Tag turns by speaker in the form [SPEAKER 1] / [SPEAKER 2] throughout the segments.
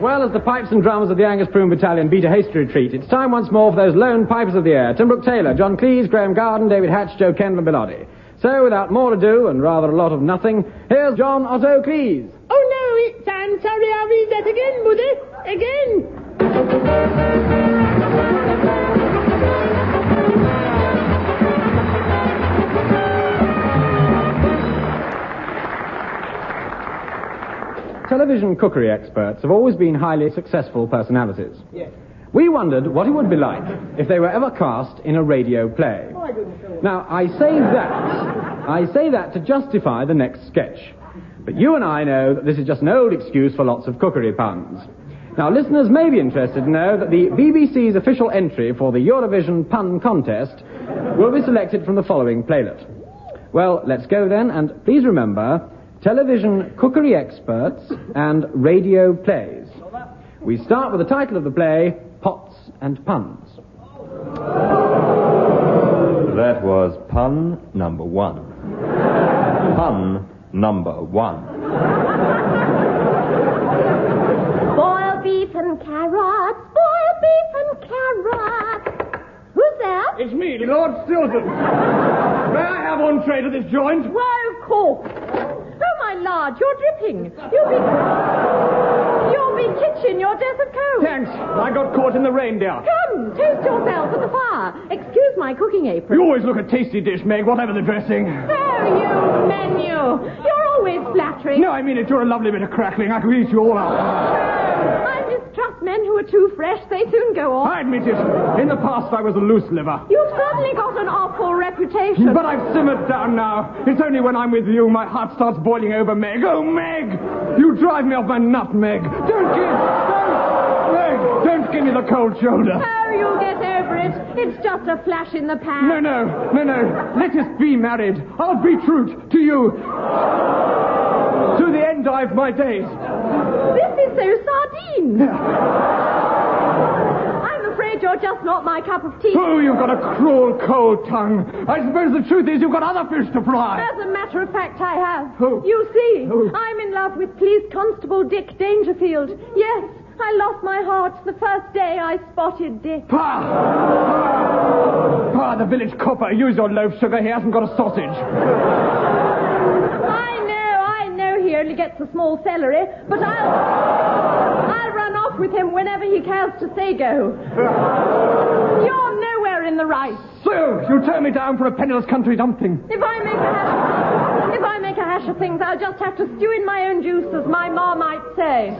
[SPEAKER 1] well as the pipes and drums of the Angus Broom Battalion beat a hasty retreat, it's time once more for those lone pipers of the air, Tim Brooke Taylor, John Cleese, Graham Garden, David Hatch, Joe Kendall, and Bilotti. So, without more ado, and rather a lot of nothing, here's John Otto Cleese.
[SPEAKER 2] Oh no, it's I'm sorry, I'll read that again, Mother. Again.
[SPEAKER 1] Television cookery experts have always been highly successful personalities.
[SPEAKER 2] Yes.
[SPEAKER 1] We wondered what it would be like if they were ever cast in a radio play.
[SPEAKER 2] I didn't know.
[SPEAKER 1] Now, I say that, I say that to justify the next sketch. But you and I know that this is just an old excuse for lots of cookery puns. Now, listeners may be interested to know that the BBC's official entry for the Eurovision Pun Contest will be selected from the following playlet. Well, let's go then, and please remember, television cookery experts and radio plays. We start with the title of the play, Pots and Puns.
[SPEAKER 3] That was pun number one. Pun number one.
[SPEAKER 4] Boiled beef and carrots, boiled beef and carrots. Who's that?
[SPEAKER 5] It's me, Lord Stilton. May I have one tray to this joint?
[SPEAKER 2] Why, of course. Oh, my lard, you're dripping. You'll be... You'll be kitchen, your death of cold.
[SPEAKER 5] Thanks. I got caught in the rain, dear.
[SPEAKER 2] Come, toast yourself at the fire. Excuse my cooking apron.
[SPEAKER 5] You always look a tasty dish, Meg, whatever the dressing.
[SPEAKER 2] Oh, you menu. You're always flattering.
[SPEAKER 5] No, I mean it. You're a lovely bit of crackling. I could eat you all up.
[SPEAKER 2] I mistrust men who are too fresh. They soon go off.
[SPEAKER 5] I admit it. In the past, I was a loose liver.
[SPEAKER 2] You've suddenly got an awful reputation.
[SPEAKER 5] But I've simmered down now. It's only when I'm with you my heart starts boiling over, Meg. Oh, Meg! You drive me off my nut, Meg. Don't give... Don't... Meg, don't give me the cold shoulder.
[SPEAKER 2] Oh, you'll get over it. It's just a flash in the pan.
[SPEAKER 5] No, no, no, no. Let us be married. I'll be true to you. To the end of my days.
[SPEAKER 2] This is so sardine. I'm afraid you're just not my cup of tea.
[SPEAKER 5] Oh, you've got a cruel, cold tongue. I suppose the truth is you've got other fish to fry.
[SPEAKER 2] As a matter of fact, I have.
[SPEAKER 5] Who?
[SPEAKER 2] You see,
[SPEAKER 5] Who?
[SPEAKER 2] I'm in love with Police Constable Dick Dangerfield. Yes, I lost my heart the first day I spotted Dick.
[SPEAKER 5] Pa! Pa, the village copper. Use your loaf sugar. He hasn't got a sausage.
[SPEAKER 2] I know, I know he only gets a small salary, but I'll, I'll run off with him whenever he cares to say go. You're nowhere in the right.
[SPEAKER 5] So, you turn me down for a penniless country dumpling.
[SPEAKER 2] If I make a hash, if I make a hash of things, I'll just have to stew in my own juice, as my ma might say.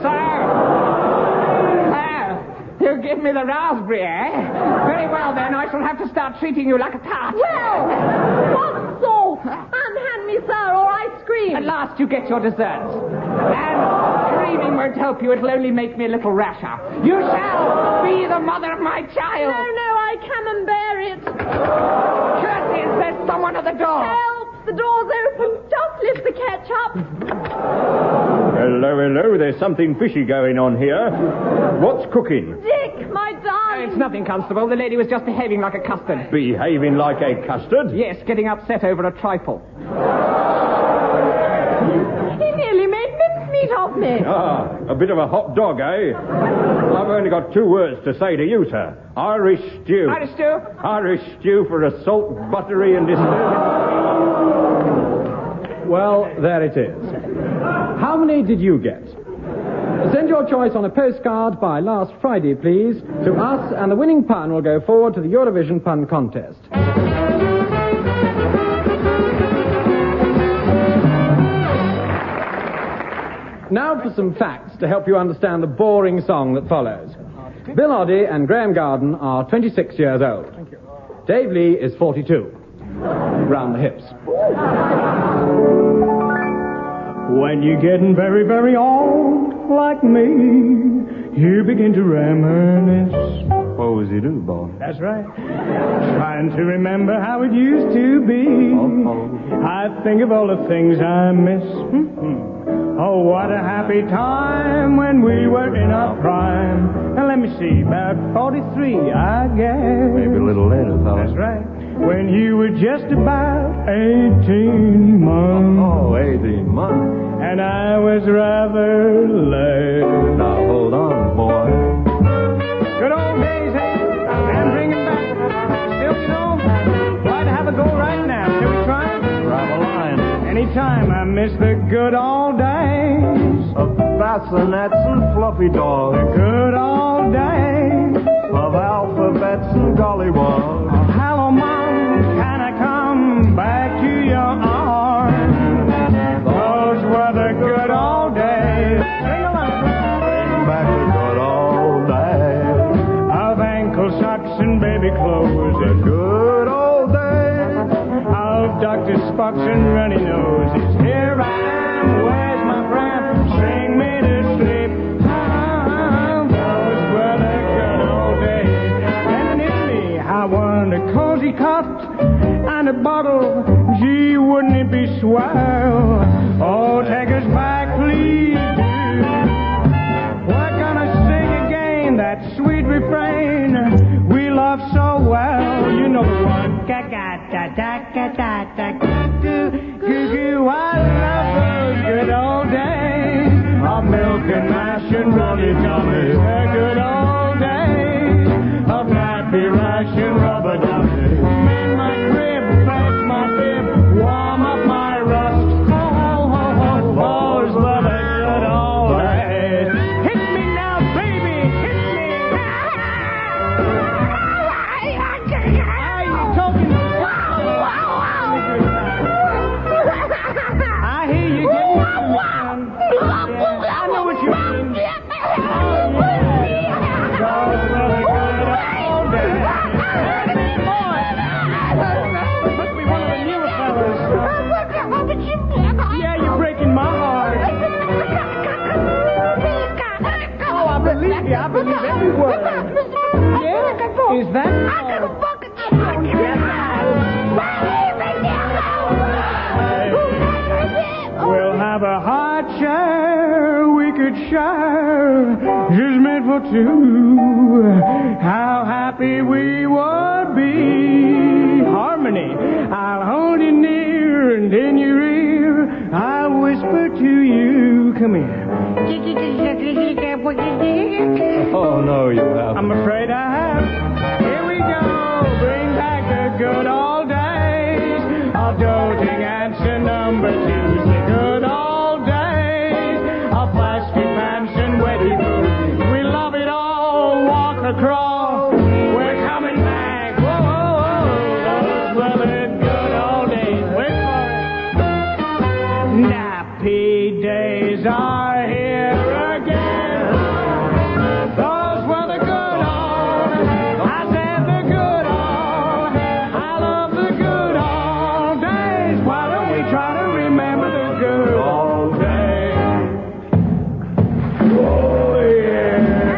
[SPEAKER 5] You give me the raspberry, eh? Very well, then. I shall have to start treating you like a tart.
[SPEAKER 2] Well, what salt? Unhand me, sir, or I scream.
[SPEAKER 5] last, you get your desserts. And dreaming won't help you. It'll only make me a little rasher. You shall be the mother of my
[SPEAKER 2] no,
[SPEAKER 5] child.
[SPEAKER 2] no, I camembert it.
[SPEAKER 5] Curses, there's someone at the door.
[SPEAKER 2] Help! The door's open. Just lift the catch up.
[SPEAKER 3] Hello, hello. There's something fishy going on here. What's cooking?
[SPEAKER 2] Dick, my darling.
[SPEAKER 5] It's nothing, Constable. The lady was just behaving like a custard.
[SPEAKER 3] Behaving like a custard?
[SPEAKER 5] Yes, getting upset over a trifle.
[SPEAKER 2] He nearly made mincemeat of me.
[SPEAKER 3] Ah, a bit of a hot dog, eh? I've only got two words to say to you, sir. Irish stew.
[SPEAKER 5] Irish stew?
[SPEAKER 3] Irish stew for a salt, buttery, and disturbing.
[SPEAKER 1] Well, there it is. How many did you get? Send your choice on a postcard by last Friday, please, to us, and the winning pun will go forward to the Eurovision Pun Contest. Now for some facts to help you understand the boring song that follows. Bill Oddie and Graham Garden are 26 years old. Dave Lee is 42. Round the hips.
[SPEAKER 5] When you're getting very, very old, like me, you begin to reminisce.
[SPEAKER 3] What was he do, boy?
[SPEAKER 5] That's right. Trying to remember how it used to be.
[SPEAKER 3] Uh-oh.
[SPEAKER 5] I think of all the things I miss. Mhm. Oh, what a happy time when we were in our prime. Now, let me see, about 43, I guess.
[SPEAKER 3] Maybe a little later, fella.
[SPEAKER 5] That's right. When you were just about 18 months.
[SPEAKER 3] Oh, 18 months.
[SPEAKER 5] And I was rather late.
[SPEAKER 3] Now, hold on.
[SPEAKER 1] eh? miss the good old days.
[SPEAKER 6] Of bassinets and fluffy dolls.
[SPEAKER 1] The good old days.
[SPEAKER 6] Of alphabets and gollywogs.
[SPEAKER 1] Oh, hello, Mom, can I come back to your arms? Those were the good old days. Sing along.
[SPEAKER 6] Bring back the good old days.
[SPEAKER 1] Of ankle socks and baby clothes.
[SPEAKER 6] Good old days.
[SPEAKER 1] Of Dr. Spock's and runny noses. Here I am, where's my friend? Sing me to sleep. Ah, those were the good old days. And in me, I want a cozy cot and a bottle. Gee, wouldn't it be swell? Oh, take us back, please do. We're gonna sing again that sweet refrain we love so well. You know the one. Ga ga da da ga da da goo goo goo goo. I love those good old days of milk and mash and rolly dummies. The good old days of nappy rash and rubber dummies. In my crib, fetch my bib, warm up my rust. Ho ho ho ho, those were the good old days. Hit me now, baby, hit me. Are you talking? I hear you getting I know what you mean. Those were the good old days. Must be one of the newer fellas. Yeah, you're breaking my heart. Oh, I believe you. I believe every word. Is that all? We'll have a hot shower we could share, just meant for two. How happy we would be. Harmony, I'll hold you near and in your ear, I'll whisper to you. Come here.
[SPEAKER 6] Oh, no, you haven't.
[SPEAKER 1] I'm afraid I have. Here we go. Bring back the good old days of doting answer number two. The good old days of plastic pants and wedding boots. We love it all. Walk across. We're coming back. Whoa, whoa, whoa. Those were the good old days. Wait for it. Nappy days are here again. Those were the good old. I said the good old. I love the good old days. Why don't we try to remember the good old days? Oh yeah.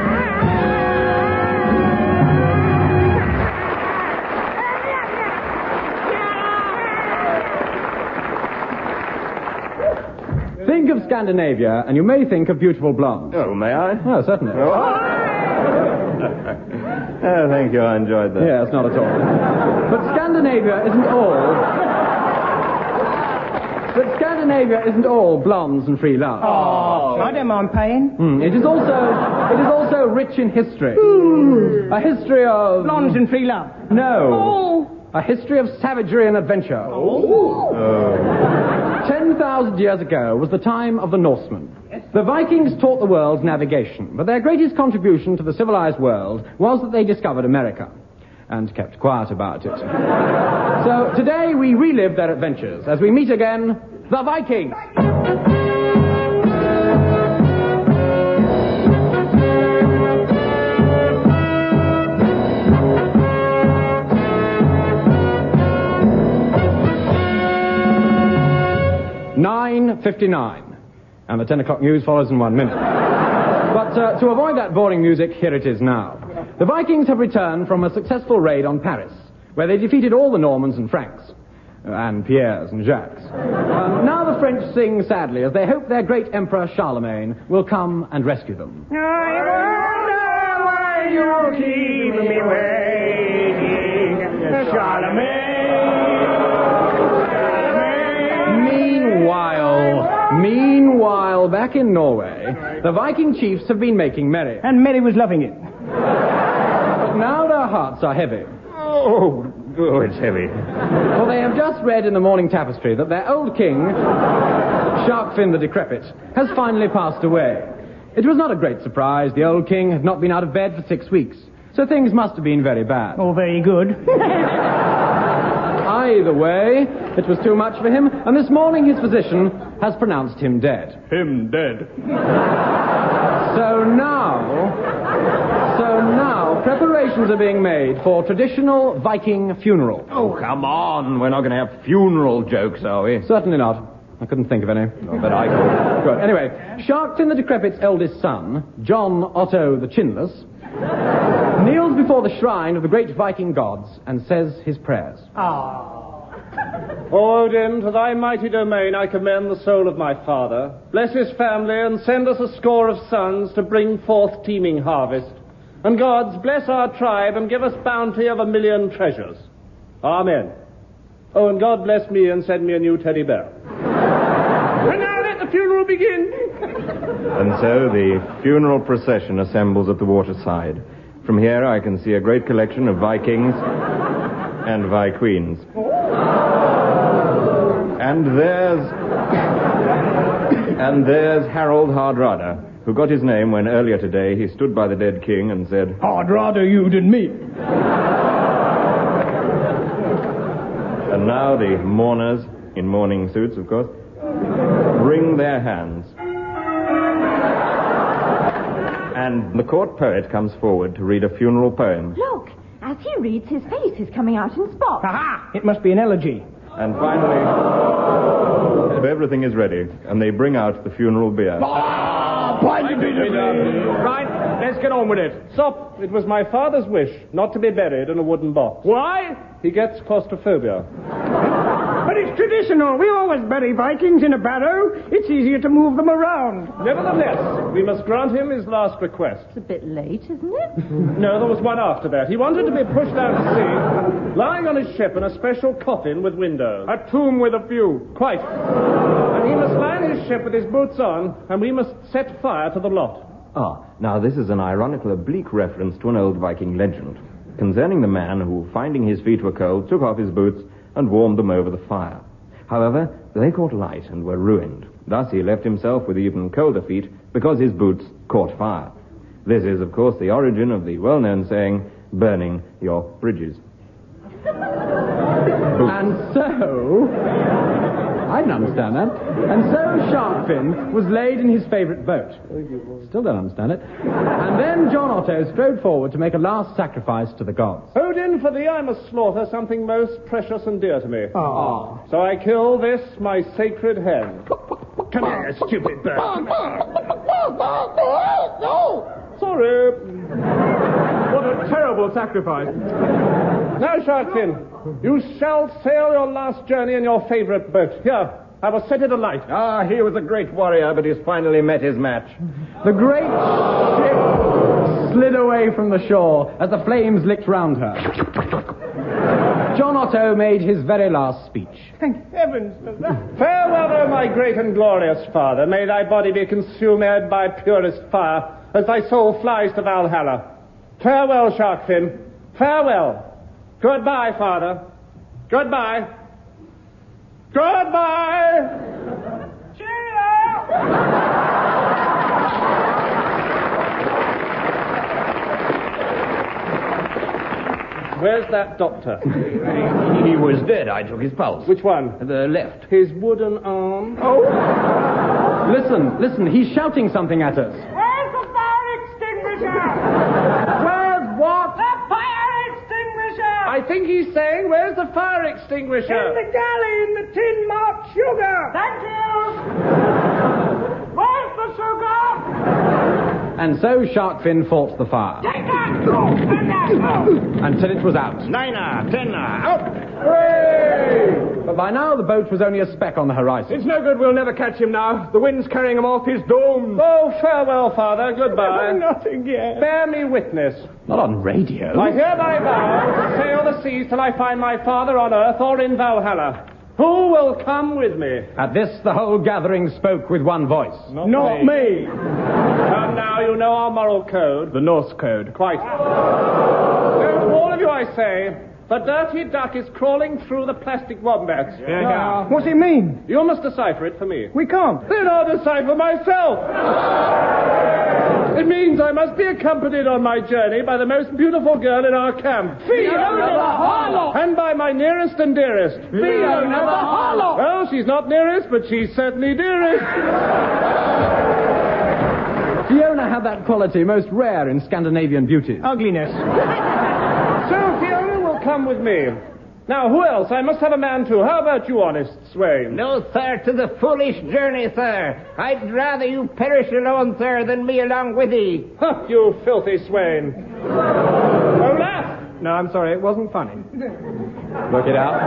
[SPEAKER 3] Think of Scandinavia, and you may think of beautiful blondes.
[SPEAKER 6] Oh, may I?
[SPEAKER 3] Oh, certainly.
[SPEAKER 6] Oh. Oh, thank you. I enjoyed that.
[SPEAKER 3] Yes, not at all. But Scandinavia isn't all. But Scandinavia isn't all blondes and free love.
[SPEAKER 1] Oh. I don't mind paying.
[SPEAKER 3] Mm, It is also it is also rich in history. A history of
[SPEAKER 1] Blondes and free love.
[SPEAKER 3] no. A history of savagery and adventure. Ten thousand years ago was the time of the Norsemen. The Vikings taught the world navigation, but their greatest contribution to the civilized world was that they discovered America and kept quiet about it. so today we relive their adventures as we meet again the Vikings. Nine fifty-nine, and the ten o'clock news follows in one minute. But uh, to avoid that boring music, here it is now. The Vikings have returned from a successful raid on Paris, where they defeated all the Normans and Franks, uh, and Pierres and Jacques. Um, now the French sing sadly as they hope their great Emperor Charlemagne will come and rescue them.
[SPEAKER 1] I wonder why you keep me waiting, Charlemagne.
[SPEAKER 3] Meanwhile, meanwhile, back in Norway, the Viking chiefs have been making merry,
[SPEAKER 1] And Mary was loving it.
[SPEAKER 3] but now their hearts are heavy.
[SPEAKER 7] Oh, oh, it's heavy.
[SPEAKER 3] For they have just read in the morning tapestry that their old king,
[SPEAKER 1] Sharkfin the decrepit, has finally passed away. It was not a great surprise. The old king had not been out of bed for six weeks, so things must have been very bad.
[SPEAKER 5] All Oh, very good.
[SPEAKER 1] Either way, it was too much for him, and this morning his physician has pronounced him dead.
[SPEAKER 8] Him dead.
[SPEAKER 1] So now, so now, preparations are being made for traditional Viking funeral.
[SPEAKER 8] Oh, come on. We're not going to have funeral jokes, are we?
[SPEAKER 1] Certainly not. I couldn't think of any.
[SPEAKER 8] But I could.
[SPEAKER 1] Good. Anyway, Sharkfin the Decrepit's eldest son, John Otto the Chinless, kneels before the shrine of the great Viking gods and says his prayers.
[SPEAKER 9] O Odin, to thy mighty domain I commend the soul of my father. Bless his family and send us a score of sons to bring forth teeming harvest. And gods, bless our tribe and give us bounty of a million treasures. Amen. Oh, and God bless me and send me a new teddy bear. and now let the funeral begin.
[SPEAKER 3] And so the funeral procession assembles at the waterside. From here, I can see a great collection of Vikings and Vikings. And there's. And there's Harold Hardrada, who got his name when earlier today he stood by the dead king and said,
[SPEAKER 4] I'd rather you than me.
[SPEAKER 3] And now the mourners, in mourning suits, of course, wring their hands. And the court poet comes forward to read a funeral poem.
[SPEAKER 10] Look, as he reads, his face is coming out in spots.
[SPEAKER 5] Aha! It must be an elegy.
[SPEAKER 3] And finally, everything is ready, and they bring out the funeral beer.
[SPEAKER 9] Right, let's get on with it. Stop. It was my father's wish not to be buried in a wooden box.
[SPEAKER 4] Why?
[SPEAKER 9] He gets claustrophobia.
[SPEAKER 5] But it's traditional. We always bury Vikings in a barrow. It's easier to move them around.
[SPEAKER 9] Nevertheless, we must grant him his last request.
[SPEAKER 10] It's a bit late, isn't it?
[SPEAKER 9] No, there was one after that. He wanted to be pushed out to sea, lying on his ship in a special coffin with windows.
[SPEAKER 4] A tomb with a view.
[SPEAKER 9] Quite. And he must lie on his ship with his boots on, and we must set fire to the lot.
[SPEAKER 3] Ah, now this is an ironical oblique reference to an old Viking legend concerning the man who, finding his feet were cold, took off his boots and warmed them over the fire. However, they caught light and were ruined. Thus he left himself with even colder feet because his boots caught fire. This is, of course, the origin of the well-known saying, burning your bridges.
[SPEAKER 1] And so. I didn't understand that. And so Sharkfin was laid in his favourite boat. Still don't understand it. And then John Otto strode forward to make a last sacrifice to the gods.
[SPEAKER 9] Odin, for thee I must slaughter something most precious and dear to me.
[SPEAKER 4] Ah.
[SPEAKER 9] So I kill this, my sacred hen.
[SPEAKER 4] Come here, stupid bird.
[SPEAKER 9] Sorry.
[SPEAKER 4] What a terrible sacrifice.
[SPEAKER 9] Now, Sharkfin, you shall sail your last journey in your favourite boat. Here, I will set it alight.
[SPEAKER 3] Ah, he was a great warrior, but he's finally met his match.
[SPEAKER 1] The great ship slid away from the shore as the flames licked round her. John Otto made his very last speech.
[SPEAKER 4] Heavens, does that.
[SPEAKER 9] Farewell, O my great and glorious father. May thy body be consumed by purest fire as thy soul flies to Valhalla. Farewell, Sharkfin. Farewell. Goodbye, father. Goodbye. Goodbye. Where's that doctor?
[SPEAKER 8] He was dead. I took his pulse.
[SPEAKER 9] Which one?
[SPEAKER 8] The left.
[SPEAKER 9] His wooden arm.
[SPEAKER 1] Listen, listen, he's shouting something at us.
[SPEAKER 11] Where's the fire extinguisher?
[SPEAKER 9] Where's what?
[SPEAKER 11] The fire extinguisher!
[SPEAKER 9] I think he's saying, where's the fire extinguisher?
[SPEAKER 11] In the galley in the tin marked sugar! Thank you! Where's the sugar?
[SPEAKER 1] And so Sharkfin fought the fire
[SPEAKER 11] Take that! Oh, and that! Oh.
[SPEAKER 1] until it was out.
[SPEAKER 8] Niner, tenner, out.
[SPEAKER 1] But by now the boat was only a speck on the horizon.
[SPEAKER 4] It's no good. We'll never catch him now. The wind's carrying him off his dome.
[SPEAKER 9] Oh, farewell, father. Goodbye.
[SPEAKER 4] Nothing yet.
[SPEAKER 9] Bear me witness.
[SPEAKER 1] Not on radio.
[SPEAKER 9] I hereby vow to sail the seas till I find my father on earth or in Valhalla. Who will come with me?
[SPEAKER 1] At this, the whole gathering spoke with one voice.
[SPEAKER 4] Not me.
[SPEAKER 9] Come now, you know our moral code.
[SPEAKER 4] The Norse Code.
[SPEAKER 9] Quite. So to all of you, I say, The dirty duck is crawling through the plastic wombats.
[SPEAKER 5] Yeah, yeah. Uh, What's it mean?
[SPEAKER 9] You must decipher it for me.
[SPEAKER 5] We can't.
[SPEAKER 9] Then I'll decipher myself. it means I must be accompanied on my journey by the most beautiful girl in our camp.
[SPEAKER 11] Fiona the Harlot!
[SPEAKER 9] And by my nearest and dearest.
[SPEAKER 11] Fiona the Harlot!
[SPEAKER 9] Well, she's not nearest, but she's certainly dearest.
[SPEAKER 1] Fiona had that quality most rare in Scandinavian beauties.
[SPEAKER 5] Ugliness.
[SPEAKER 9] so Fiona will come with me. Now, who else? I must have a man too. How about you, honest Swain?
[SPEAKER 12] No, sir, to the foolish journey, sir. I'd rather you perish alone, sir, than me along with ye.
[SPEAKER 9] Huh, you filthy Swain. oh, laugh!
[SPEAKER 5] No, I'm sorry, it wasn't funny.
[SPEAKER 1] Look it up.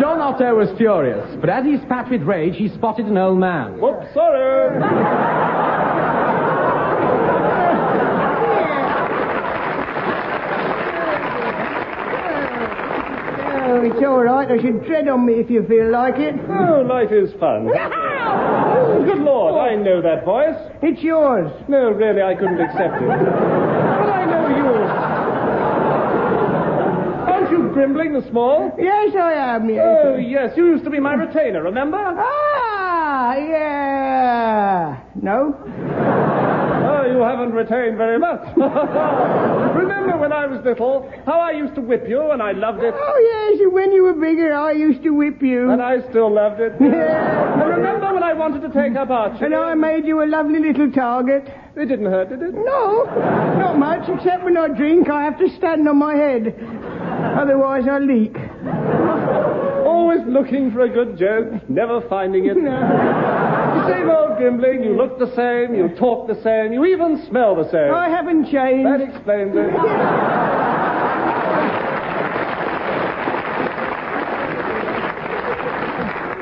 [SPEAKER 1] John Otto was furious, but as he spat with rage, he spotted an old man.
[SPEAKER 9] Whoops, sorry.
[SPEAKER 5] Oh, it's all right. I should tread on me if you feel like it.
[SPEAKER 9] Oh, life is fun. Oh, Good Lord, I know that voice.
[SPEAKER 5] It's yours.
[SPEAKER 9] No, really, I couldn't accept it. but I know you. Aren't you Grimbling the Small?
[SPEAKER 5] Yes, I am, yes.
[SPEAKER 9] Oh, yes. You used to be my retainer, remember?
[SPEAKER 5] Ah, yeah. No?
[SPEAKER 9] Oh, you haven't retained very much. Remember when I was little, how I used to whip you and I loved it?
[SPEAKER 5] Oh, yes, and when you were bigger, I used to whip you.
[SPEAKER 9] And I still loved it. Yeah. and remember when I wanted to take up archery?
[SPEAKER 5] And I made you a lovely little target.
[SPEAKER 9] It didn't hurt, did it?
[SPEAKER 5] No, not much, except when I drink, I have to stand on my head. Otherwise, I leak.
[SPEAKER 9] Always looking for a good joke, never finding it. No. Same old Gimbling, you look the same, you talk the same, you even smell the same.
[SPEAKER 5] I haven't changed.
[SPEAKER 9] That explains it.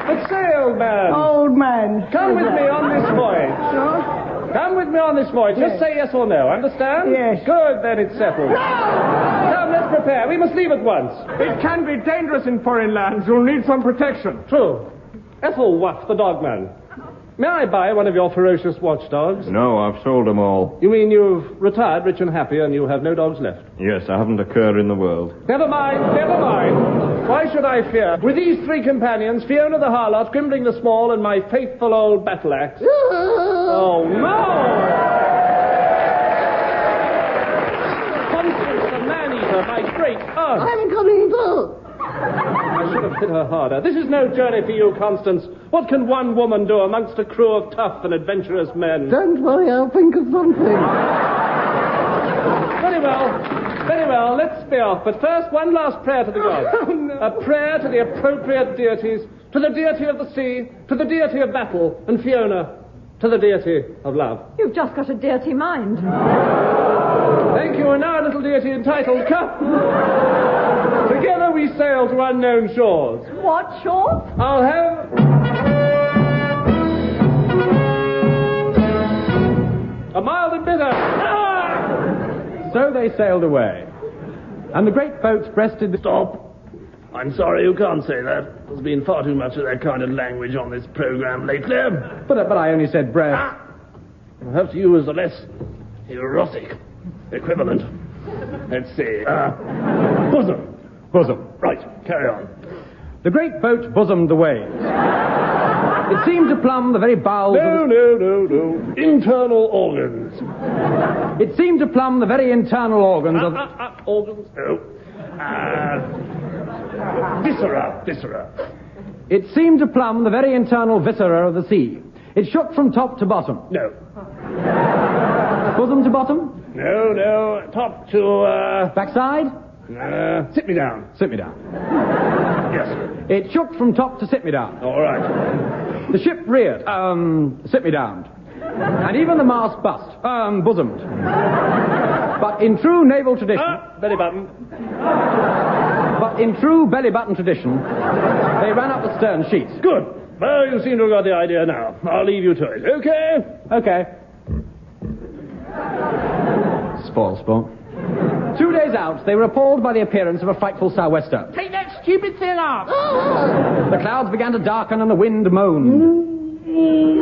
[SPEAKER 9] but say, old man.
[SPEAKER 5] Old man.
[SPEAKER 9] Come with me on this voyage.
[SPEAKER 5] Sure.
[SPEAKER 9] Come with me on this voyage. Yes. Just say yes or no, understand?
[SPEAKER 5] Yes.
[SPEAKER 9] Good, then it's settled. No! let's prepare. We must leave at once.
[SPEAKER 5] It can be dangerous in foreign lands. You'll need some protection.
[SPEAKER 9] True. Ethelwulf, the dogman. May I buy one of your ferocious watchdogs?
[SPEAKER 3] No, I've sold them all.
[SPEAKER 9] You mean you've retired rich and happy and you have no dogs left?
[SPEAKER 3] Yes, I haven't a cur in the world.
[SPEAKER 9] Never mind, never mind. Why should I fear? With these three companions, Fiona the Harlot, Grimbling the Small, and my faithful old battle axe. oh, no! Constance the man-eater, my great aunt.
[SPEAKER 13] I haven't got any balls.
[SPEAKER 9] I should have hit her harder. This is no journey for you, Constance. What can one woman do amongst a crew of tough and adventurous men?
[SPEAKER 13] Don't worry, I'll think of something.
[SPEAKER 9] Very well. Very well, let's be off. But first, one last prayer to the gods.
[SPEAKER 5] Oh, no.
[SPEAKER 9] A prayer to the appropriate deities, to the deity of the sea, to the deity of battle, and Fiona, to the deity of love.
[SPEAKER 2] You've just got a dirty mind.
[SPEAKER 9] Thank you, and now a little deity entitled Cup. Together we sail to unknown shores.
[SPEAKER 2] What shores?
[SPEAKER 9] I'll have. A mild and bitter. Ah!
[SPEAKER 1] So they sailed away. And the great boats breasted the.
[SPEAKER 14] Stop. I'm sorry you can't say that. There's been far too much of that kind of language on this program lately.
[SPEAKER 1] But, but I only said breast. Ah!
[SPEAKER 14] Perhaps you was the less erotic equivalent. Let's see. Uh, bosom
[SPEAKER 1] bosom.
[SPEAKER 14] Right, carry on.
[SPEAKER 1] The great boat bosomed the waves. it seemed to plumb the very bowels
[SPEAKER 14] no,
[SPEAKER 1] of.
[SPEAKER 14] The... No, no, no, no. Internal organs.
[SPEAKER 1] it seemed to plumb the very internal organs
[SPEAKER 14] uh,
[SPEAKER 1] of.
[SPEAKER 14] Uh, uh, organs? No. Uh, viscera, viscera.
[SPEAKER 1] It seemed to plumb the very internal viscera of the sea. It shook from top to bottom.
[SPEAKER 14] No.
[SPEAKER 1] Bosom to bottom?
[SPEAKER 14] No, no. Top to, uh.
[SPEAKER 1] Backside?
[SPEAKER 14] Uh, sit me down.
[SPEAKER 1] Sit me down.
[SPEAKER 14] yes. Sir. Oh.
[SPEAKER 1] It shook from top to sit me down.
[SPEAKER 14] All right.
[SPEAKER 1] The ship reared. Um, sit me down. And even the mast bust. Um, bosomed. but in true naval tradition.
[SPEAKER 14] Ah, belly button.
[SPEAKER 1] But in true belly button tradition, they ran up the stern sheets.
[SPEAKER 14] Good. Well, you seem to have got the idea now. I'll leave you to it. Okay?
[SPEAKER 1] Okay. Spoil sport. Two days out, they were appalled by the appearance of a frightful sou'wester.
[SPEAKER 11] Take that stupid thing off!
[SPEAKER 1] the clouds began to darken and the wind moaned.
[SPEAKER 14] Ooh,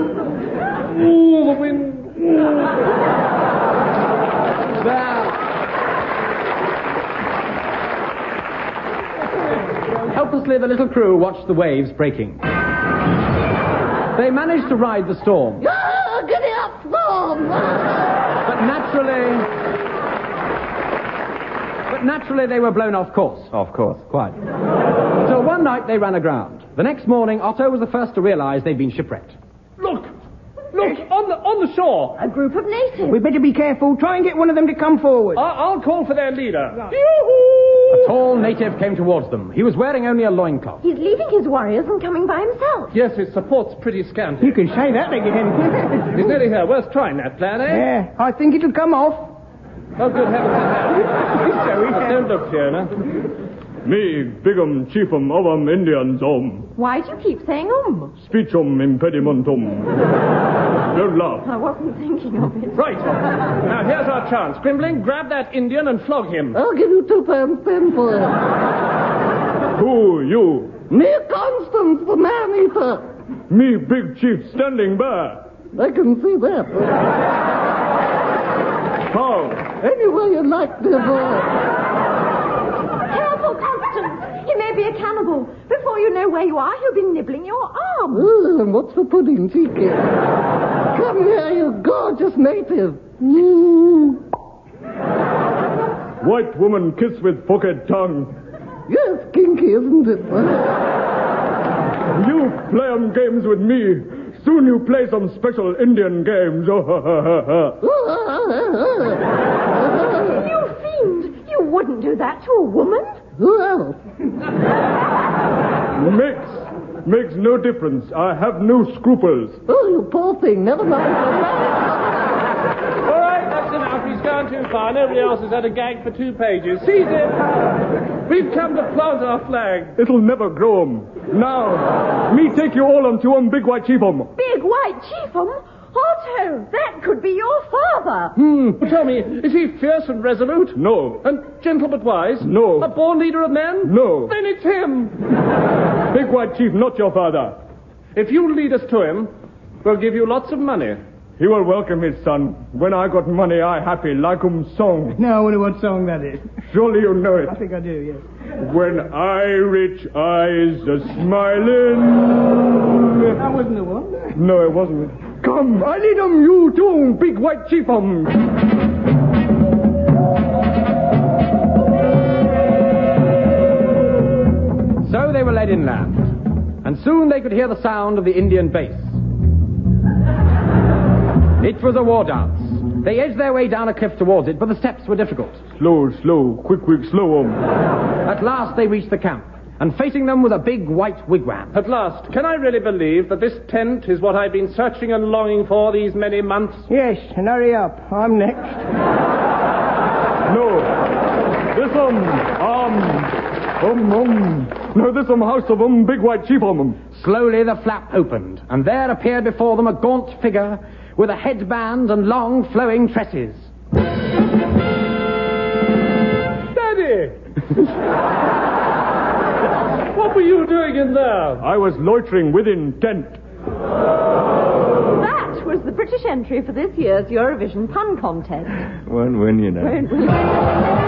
[SPEAKER 14] the wind.
[SPEAKER 1] there. Anxiously, the little crew watched the waves breaking. They managed to ride the storm,
[SPEAKER 13] Ah, giddy up, Storm!
[SPEAKER 1] but naturally. But naturally, they were blown off course.
[SPEAKER 3] Of course.
[SPEAKER 1] Quite. so one night they ran aground. The next morning, Otto was the first to realize they'd been shipwrecked.
[SPEAKER 9] Look! Look, on the, on the shore!
[SPEAKER 2] A group of natives.
[SPEAKER 5] We better be careful. Try and get one of them to come forward.
[SPEAKER 9] I- I'll call for their leader.
[SPEAKER 1] A tall native came towards them. He was wearing only a loincloth.
[SPEAKER 2] He's leaving his warriors and coming by himself.
[SPEAKER 9] Yes, his support's pretty scanty.
[SPEAKER 5] You can say that again.
[SPEAKER 9] He's nearly here. Worth trying that plan, eh?
[SPEAKER 5] yeah, I think it'll come off.
[SPEAKER 9] Oh, good heavens.
[SPEAKER 5] so we
[SPEAKER 9] Don't look, Fiona.
[SPEAKER 8] Me, bigum, chiefum, ovum, indiansum,
[SPEAKER 2] Why do you keep saying um?
[SPEAKER 8] speechum, impedimentum. Don't laugh.
[SPEAKER 2] I wasn't thinking of it.
[SPEAKER 9] Right. Now, here's our chance. Grimbling, grab that Indian and flog him.
[SPEAKER 13] I'll give you two pounds ten for it.
[SPEAKER 8] Who, you?
[SPEAKER 13] Me Constance, the man-eater.
[SPEAKER 8] Me, big chief, standing bear.
[SPEAKER 13] I can see that.
[SPEAKER 8] How?
[SPEAKER 13] Anyway you like, dear boy.
[SPEAKER 2] Careful, Constance. He may be a cannibal. Before you know where you are, he'll be nibbling your arm.
[SPEAKER 13] Ooh, and what's for pudding, cheeky? Come here, you gorgeous native. Mm.
[SPEAKER 8] White woman kiss with pocket tongue.
[SPEAKER 13] Yes, kinky, isn't it?
[SPEAKER 8] You play 'em games with me. Soon you play some special Indian games. Oh, ha, ha, ha, ha.
[SPEAKER 2] You fiend. You wouldn't do that to a woman.
[SPEAKER 13] Who else?
[SPEAKER 8] Makes, makes no difference. I have no scruples.
[SPEAKER 13] Oh, you poor thing. Never mind.
[SPEAKER 9] All right, that's enough. He's gone too far. Nobody else has had a gag for two pages. Seize him. We've come to plant our flag.
[SPEAKER 8] It'll never grow 'em. Now, me take you all unto um big white chief 'em.
[SPEAKER 2] Big white chiefum? Otto, that could be your father.
[SPEAKER 13] Hmm.
[SPEAKER 9] Hmm. Tell me, is he fierce and resolute?
[SPEAKER 8] No,
[SPEAKER 9] And gentle but wise?
[SPEAKER 8] Hmm? No.
[SPEAKER 9] A born leader of men?
[SPEAKER 8] No.
[SPEAKER 9] Then it's him.
[SPEAKER 8] big white chief, not your father.
[SPEAKER 9] If you lead us to him, we'll give you lots of money.
[SPEAKER 8] He will welcome his son. When I got money, I happy like um song.
[SPEAKER 5] Now I wonder what song that is.
[SPEAKER 8] Surely you know it.
[SPEAKER 5] I think I do, yes.
[SPEAKER 8] When I rich eyes are smiling.
[SPEAKER 5] That wasn't the one.
[SPEAKER 8] No, it wasn't. Come, I lead 'em you too, big white chief um. 'em.
[SPEAKER 1] So they were led inland, and soon they could hear the sound of the Indian bass. It was a war dance. They edged their way down a cliff towards it, but the steps were difficult.
[SPEAKER 8] Slow, slow, quick, quick, slow um. 'em.
[SPEAKER 1] At last they reached the camp, and facing them was a big white wigwam.
[SPEAKER 9] At last, can I really believe that this tent is what I've been searching and longing for these many months?
[SPEAKER 5] Yes, and hurry up. I'm next.
[SPEAKER 8] No, this 'em, um, um, um. No, this 'em house of um big white chief 'em.
[SPEAKER 1] Slowly the flap opened, and there appeared before them a gaunt figure with a headband and long flowing tresses.
[SPEAKER 9] Daddy! what were you doing in there?
[SPEAKER 8] I was loitering within tent.
[SPEAKER 2] That was the British entry for this year's Eurovision pun contest.
[SPEAKER 3] Won't win, you know.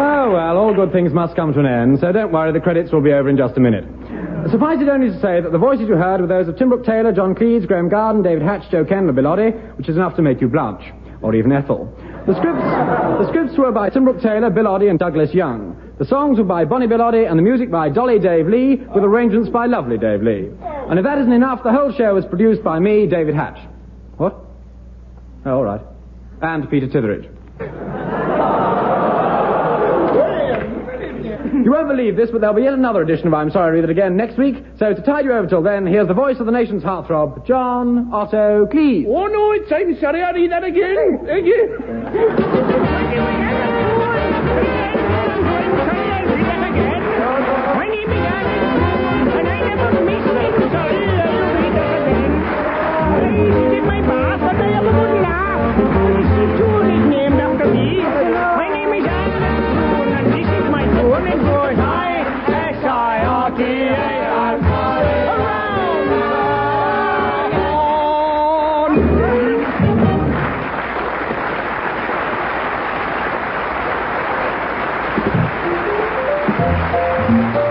[SPEAKER 1] Oh, well, all good things must come to an end, so don't worry, the credits will be over in just a minute. Suffice it only to say that the voices you heard were those of Timbrook Taylor, John Cleves, Graham Garden, David Hatch, Joe Kenler, Bilotti, which is enough to make you blanch, or even Ethel. The scripts, the scripts were by Timbrook Taylor, Bilotti, and Douglas Young. The songs were by Bonnie Bilotti, and the music by Dolly Dave Lee, with arrangements by lovely Dave Lee. And if that isn't enough, the whole show was produced by me, David Hatch. What? Oh, all right. And Peter Titheridge. You won't believe this, but there'll be yet another edition of I'm Sorry I Read It Again next week. So to tide you over till then, here's the voice of the nation's heartthrob, John Otto Cleese.
[SPEAKER 9] Oh, no, it's I'm sorry, I read that again. Again.
[SPEAKER 5] Around the world.
[SPEAKER 4] Bye.